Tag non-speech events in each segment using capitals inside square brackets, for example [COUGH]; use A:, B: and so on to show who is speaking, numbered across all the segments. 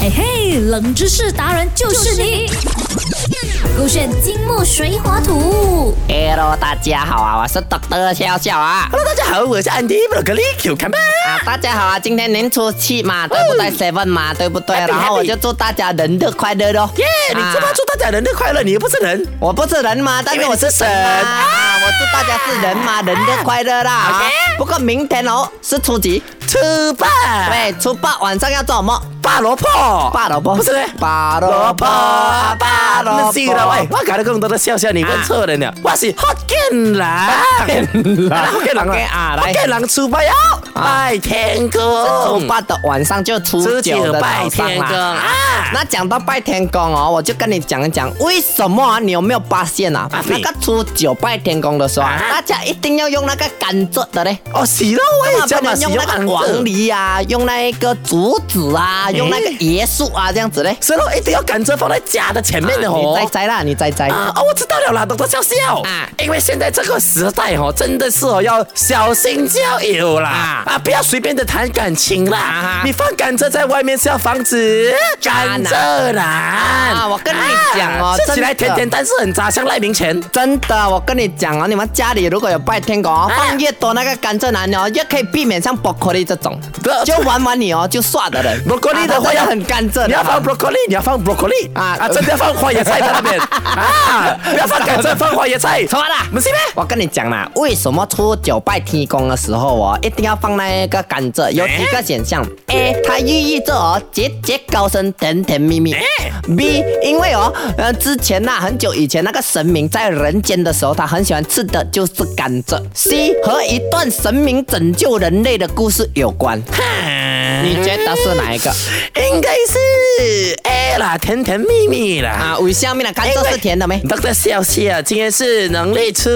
A: 嘿哎嘿，冷知识达人就是你。勾选金木水火土。
B: Hello，大家好啊，我是 Doctor 笑笑啊。
C: Hello，大家好，我是 Andy Broccoli Q 看吧。
B: 啊，大家好啊，今天您出去嘛，对不对？Seven 嘛，对不对？
C: Happy,
B: 然后我
C: happy
B: 就祝大家人的快乐咯。啊
C: 耶、你这么祝大家人的快乐，你又不是人。
B: 我不是人嘛，但是
C: 因为
B: 我
C: 你是
B: 是神
C: 神啊
B: 嘛啊，我祝大家是人嘛，人的快乐啦。啊
C: OK 啊
B: 不过明天哦是初几？
C: 吃吧，
B: 对，初八晚上要做什么？
C: 拔萝卜，
B: 拔萝卜
C: 不是嘞，
B: 拔萝卜拔萝卜
C: 那是
B: 哎
C: 了，喂，我搞得更多的笑笑，你问错
B: [LAUGHS]
C: 人了，我是福建人，福建人
B: OK 啊来
C: 福建人出拜哦，拜天
B: 初
C: 公，
B: 哦八的晚上就初
C: 初九
B: 九的
C: 拜
B: 早上
C: 天
B: 嘛。
C: 公啊
B: 那讲到拜天公哦，我就跟你讲一讲，为什么啊？你有没有发现啊？
C: 啊
B: 那个初九拜天公的时候啊，
C: 啊
B: 大家一定要用那个甘蔗的嘞。
C: 哦，洗了我也叫
B: 不
C: 嘛，
B: 能
C: 洗
B: 用
C: 了
B: 那个黄梨啊，用那个竹子啊，用那个椰树啊，这样子嘞。
C: 所以我一定要赶着放在家的前面
B: 你
C: 的哦
B: 再。摘啦，你再摘。
C: 啊哦，我知道了啦，懂得笑笑
B: 啊
C: 啊，因为现在这个时代哦，真的是哦要小心交友啦啊不要随便的谈感情啦，
B: 啊哈
C: 你放甘蔗在外面是要防止甘蔗男
B: 啊我跟你讲哦
C: 啊
B: 真的啊
C: 吃起来甜甜，但是很渣，像赖明前。
B: 真的，我跟你讲哦，你们家里如果有拜天狗
C: 啊
B: 哦，放越多那个甘蔗男哦，越可以避免像 broccoli 这种
C: 对，
B: 就玩玩你哦，就刷的人。
C: broccoli 的
B: 啊
C: 话
B: 真
C: 要
B: 很甘蔗的，
C: 你要
B: 好
C: 放
B: 吗
C: broccoli，你要放 broccoli
B: 啊
C: 啊啊，真的要放花椰菜在那
B: [LAUGHS]
C: 边啊，不要放甘蔗，放花椰菜，
B: 错啦
C: 不是咩？
B: 我跟你讲啦，为什么初九拜天公的时候哦，一定要放那个甘蔗？有几个选项：A，它寓意着哦节节高升、甜甜蜜蜜；B，因为哦，呃，之前呐、很久以前那个神明在人间的时候，他很喜欢吃的就是甘蔗；C，和一段神明拯救人类的故事有关。你觉得是哪一
C: [LAUGHS]
B: 个？
C: 应该是 A 啦，甜甜蜜蜜啦。
B: 啊，为下面的甘
C: 因
B: 蔗
C: 为
B: 是甜的没？
C: Doctor 笑笑，今天是农历初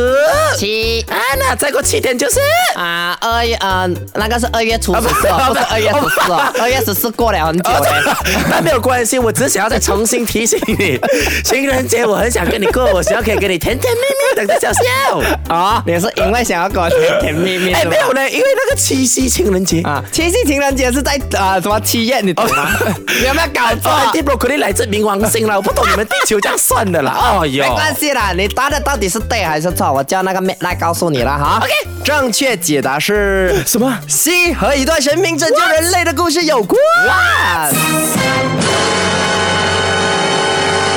B: 七
C: 啊，那再过七天就是。 [LAUGHS]
B: 啊，二月呃，那个是二月初十四、哦，
C: 啊不
B: 不
C: 是
B: 是二月十四哦，二月十四过了很久
C: 哦
B: 了。，
C: 那没有关系，我只是想要再重新提醒你， [LAUGHS] 情人节我很想跟你过，我想要可以跟你甜甜蜜蜜的笑笑。
B: 哦，你是因为想要跟我甜甜蜜蜜
C: 啊哎，
B: 是吗
C: 没有呢，因为那个七夕情人节啊，
B: 啊，七夕情人节是在啊、呃什么七月，你懂吗？你有没有搞错？
C: 哦，Deep Broccoli 来自冥王星啦，我不懂你们地球这样算 [LAUGHS] 的啦。哦哟，
B: 没关系啦，你答的到底是对还是错？我叫那个妹来告诉你了哈。
C: OK
B: 正确解答是
C: 什么？
B: C 和一段神明拯救人类的故事有关。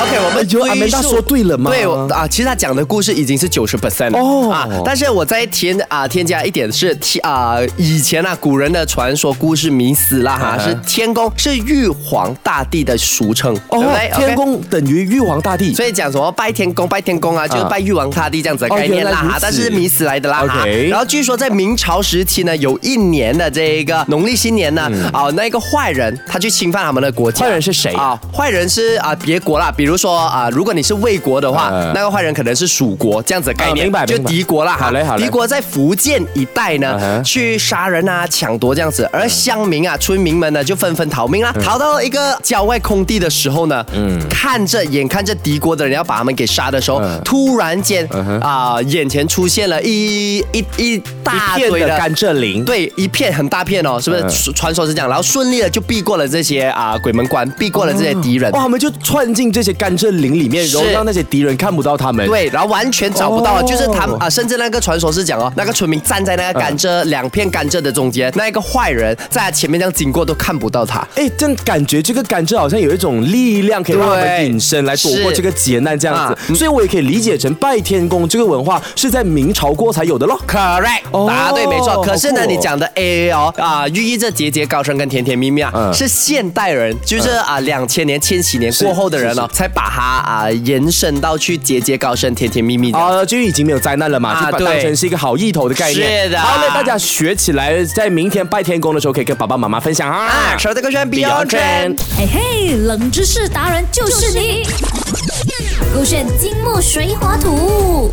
D: OK，我们
C: 哎阿
D: 追
C: 梅
D: 溯
C: 大说对了吗
D: 对我啊，其实他讲的故事已经是九十 percent
C: 哦
D: 啊，但是我再添啊添加一点是天啊以前啊古人的传说故事迷思啦
C: 啊
D: 哈，是天公是玉皇大帝的俗称，对不对？
C: 哦天
D: OK
C: 公等于玉皇大帝。
D: 所以讲什么拜天公拜天公啊，就是拜玉皇大帝这样子的
C: 哦
D: 概念啦
C: 原来如
D: 哈
C: 此，
D: 但是是迷死来的啦哈。
C: OK
D: 然后据说在明朝时期呢，有一年的这个农历新年呢，啊那个坏人他去侵犯他们的国家，
C: 嗯坏人是谁
D: 啊？坏人是啊别国啦，比如说啊，如果你是魏国的话
C: 嗯，
D: 那个坏人可能是蜀国这样子的概
C: 啊
D: 念
C: 明白，
D: 就
C: 明白
D: 敌国啦哈。
C: 好嘞好嘞
D: 敌国在福建一带
C: 嗯
D: 呢
C: 哼，
D: 去杀人啊、抢夺这样子，
C: 嗯
D: 而乡民啊、村民们呢就纷纷逃命啦。逃到一个郊外空地的时候呢，看着眼看着敌国的人要把他们给杀的时候
C: 嗯，
D: 突然间
C: 哼
D: 啊、眼前出现了一一一大
C: 一
D: 堆
C: 片
D: 的
C: 的嗯甘蔗林，
D: 对，一片很大片哦，是不是？传说是这样，然后顺利的就避过了这些啊、鬼门关，避过了这些敌人。
C: 哇，他们就窜进这些甘蔗林里面，然后
D: 是
C: 让那些敌人看不到他们。
D: 对，然后完全找不到，
C: 哎哦
D: 就是他们啊，甚至那个传说是讲哦，那个村民站在那个甘蔗、两片甘蔗的中间，那一个坏人在他前面这样经过都看不到他。
C: 哎，真感觉这个甘蔗好像有一种力量，可以让我们
D: 对
C: 隐身来躲过
D: 是
C: 这个劫难这样
D: 啊
C: 子，所以我也可以理解成拜天公这个文化是在明朝过才有的咯。
D: Correct，、
C: 哦
D: 答对没错。可是呢，
C: 好酷哦
D: 你讲的 A A 哦啊，寓意着节节高升跟甜甜蜜蜜啊，
C: 嗯
D: 是现代人，就是啊两千年、千禧年
C: 是
D: 过后的人
C: 是
D: 哦，才把它啊延伸到去节节高升、甜甜蜜蜜的。
C: 啊，就已经没有灾难了嘛，
D: 嗯啊
C: 就把
D: 对
C: 当成是一个好意头的概念。
D: 是的
C: 好嘞，大家学起来，在明天拜天公的时候可以跟爸爸妈妈分享啊
D: 啊，。首这个选 Beyond
C: Beyond Trend
D: Trend。
A: 嘿哎嘿，冷知识达人就是你。勾选金木水火土。